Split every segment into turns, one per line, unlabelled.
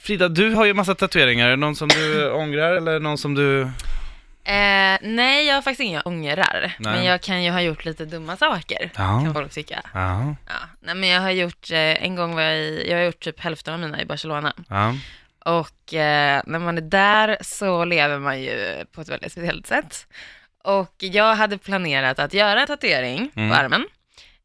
Frida, du har ju massa tatueringar. Är det Någon som du ångrar eller någon som du...
Eh, nej, jag har faktiskt inga ångrar, men jag kan ju ha gjort lite dumma saker, kan
Ja.
folk tycka.
Ja.
Ja. Nej, men jag har gjort, eh, en gång var jag i, jag har gjort typ hälften av mina i Barcelona.
ja.
Och eh, när man är där så lever man ju på ett väldigt speciellt sätt. Och jag hade planerat att göra en tatuering
Mm.
på armen.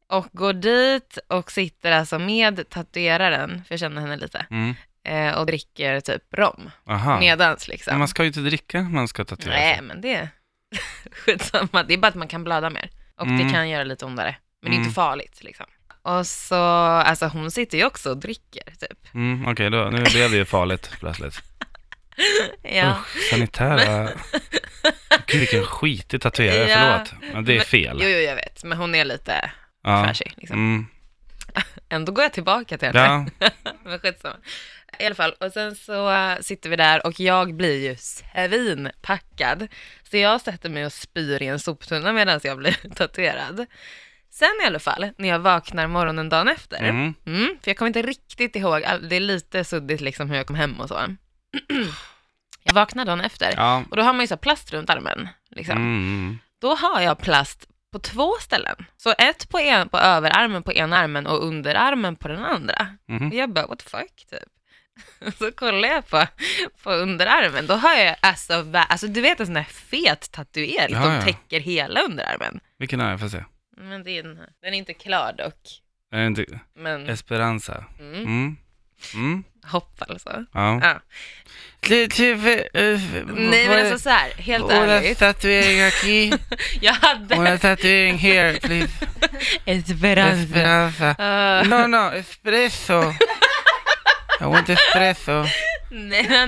Och går dit och sitter alltså med tatueraren, för jag känner henne lite,
Mm.
eh, och dricker typ rom.
Aha.
Medans
Men
liksom.
man ska ju inte dricka när man ska tatuera sig.
Nej, men det skitsamma. Det är bara att man kan blöda mer. Och
Mm.
det kan göra lite ondare. Men det är
Mm.
inte farligt liksom. Och så, alltså hon sitter ju också och dricker typ.
Mm, Okej, då- nu blev det ju farligt plötsligt.
Ja.
Usch, sanitära... Gud, vilken skitig tatuerare,
Ja.
förlåt. Men det är
Men-
fel.
Jo, jo, jag vet. Men hon är lite
ja.
trashy liksom.
Mm,
Ändå går jag tillbaka till henne.
ja.
Men skitsamma. I alla fall, och sen så äh, sitter vi där och jag blir ju svinpackad. Så jag sätter mig och spyr i en soptunna medan jag blir tatuerad. Sen i alla fall, när jag vaknar morgonen dagen efter,
Mm.
Mm, för jag kommer inte riktigt ihåg, all- det är lite suddigt liksom hur jag kom hem och så. jag vaknar dagen efter
ja.
och då har man ju så här plast runt armen. Liksom.
Mm.
Då har jag plast på två ställen. Så ett på, en, på överarmen på ena armen och underarmen på den andra.
Mm.
Och jag bara, what the fuck, typ. Så kollar jag på, på underarmen, då har jag alltså, vä- alltså du vet en sån där fet tatuering
Ja,
som
ja.
täcker hela underarmen.
Vilken är det? Får jag se.
Men det är den, här. den är inte klar dock.
Är det inte...
Men
Esperanza.
mm,
Mm. Mm.
hopp alltså.
Ja.
Ja.
eh,
Nej men alltså så här, helt ärligt.
tatuering aquí.
Jag hade
tatuering here, please.
Esperanza. Uh,
No, no, espresso. I want espresso.
nej men